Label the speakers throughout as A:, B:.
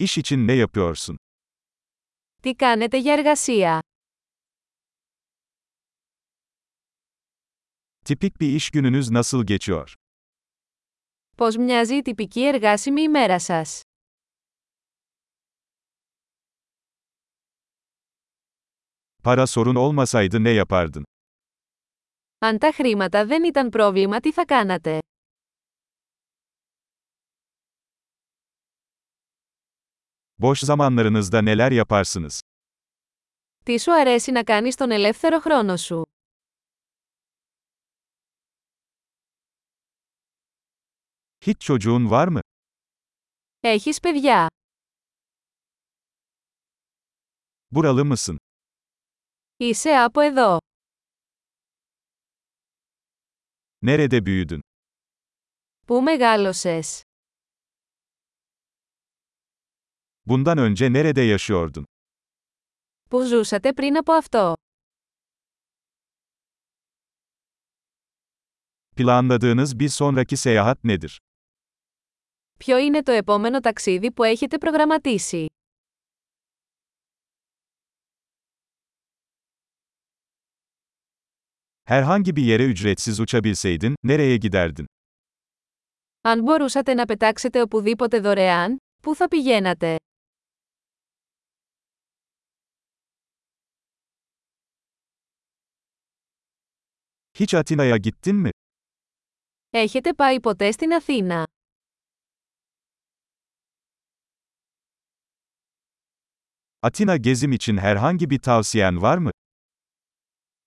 A: İş için ne yapıyorsun?
B: Τι κάνετε για εργασία?
A: Tipik bir iş gününüz nasıl geçiyor?
B: Πώς μοιάζει η τυπική εργάσιμη ημέρα σας?
A: Para sorun olmasaydı ne yapardın?
B: Αν τα χρήματα δεν ήταν πρόβλημα, τι θα κάνατε?
A: Boş zamanlarınızda neler yaparsınız?
B: Τι σου αρέσει να κάνεις τον ελεύθερο χρόνο σου?
A: Hiç çocuğun var mı?
B: Έχεις παιδιά.
A: Buralı mısın?
B: Είσαι από εδώ.
A: Nerede büyüdün?
B: Πού μεγάλωσες?
A: Bundan önce nerede yaşıyordun?
B: Πού ζούσατε πριν από αυτό?
A: Planladığınız bir sonraki seyahat nedir?
B: Ποιο είναι το επόμενο ταξίδι που έχετε προγραμματίσει?
A: Herhangi bir yere ücretsiz uçabilseydin, nereye giderdin?
B: Αν μπορούσατε να πετάξετε οπουδήποτε δωρεάν, πού θα πηγαίνατε?
A: Hiç Atina'ya gittin mi?
B: Έχετε πάει ποτέ στην Αθήνα?
A: Atina gezim için herhangi bir tavsiyen var mı?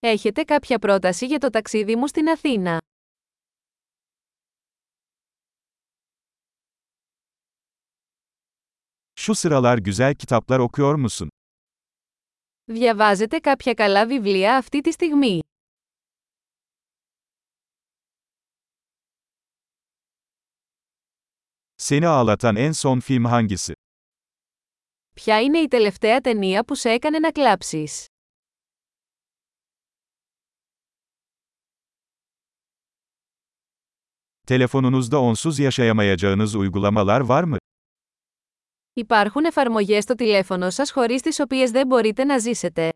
B: Έχετε κάποια πρόταση για το ταξίδι μου στην Αθήνα?
A: Şu sıralar güzel kitaplar okuyor musun?
B: Διαβάζετε κάποια καλά βιβλία αυτή τη στιγμή.
A: Seni ağlatan en son film hangisi?
B: Ποια είναι η τελευταία ταινία που σε έκανε να κλάψεις?
A: Telefonunuzda onsuz yaşayamayacağınız uygulamalar var mı?
B: Υπάρχουν εφαρμογές στο τηλέφωνο σας χωρίς τις οποίες δεν μπορείτε να ζήσετε.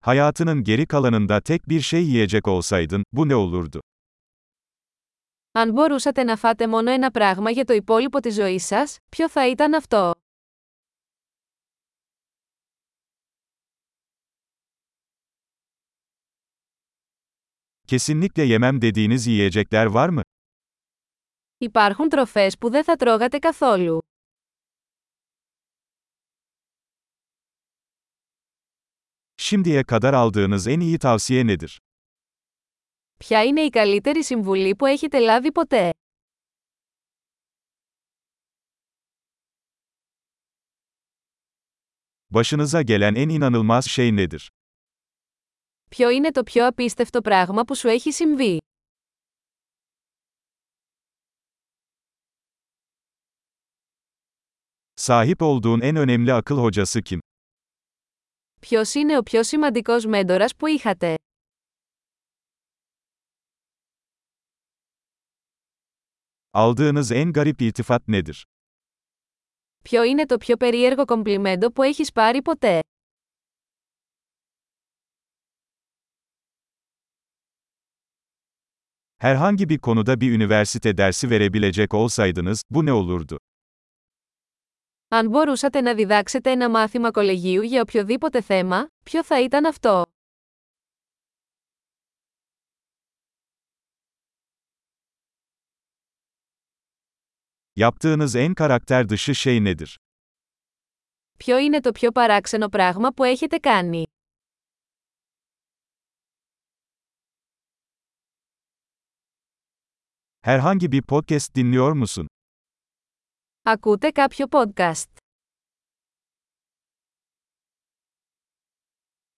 A: Hayatının geri kalanında tek bir şey yiyecek olsaydın, bu ne olurdu?
B: Αν μπορούσατε να φάτε μόνο ένα πράγμα για το υπόλοιπο της ζωής σας, ποιο θα ήταν αυτό?
A: Kesinlikle yemem dediğiniz yiyecekler var mı?
B: Υπάρχουν τροφές που δεν θα τρώγατε καθόλου.
A: Şimdiye kadar aldığınız en iyi tavsiye nedir?
B: Ποια είναι η καλύτερη συμβουλή που έχετε λάβει ποτέ?
A: Başınıza gelen en inanılmaz şey nedir?
B: Ποιο είναι το πιο απίστευτο πράγμα που σου έχει συμβεί?
A: Sahip olduğun en önemli akıl hocası kim?
B: Ποιος είναι ο πιο σημαντικός μέντορας που είχατε?
A: Aldığınız en garip iltifat nedir?
B: Ποιο είναι το πιο περίεργο κομπλιμέντο που έχεις πάρει ποτέ?
A: Herhangi bir konuda bir üniversite dersi verebilecek olsaydınız, bu ne olurdu?
B: Αν μπορούσατε να διδάξετε ένα μάθημα κολεγίου για οποιοδήποτε θέμα, ποιο θα ήταν αυτό?
A: Yaptığınız en karakter dışı şey nedir?
B: Ποιο είναι το πιο παράξενο πράγμα που έχετε κάνει?
A: Herhangi bir podcast dinliyor musun?
B: Ακούτε κάποιο podcast.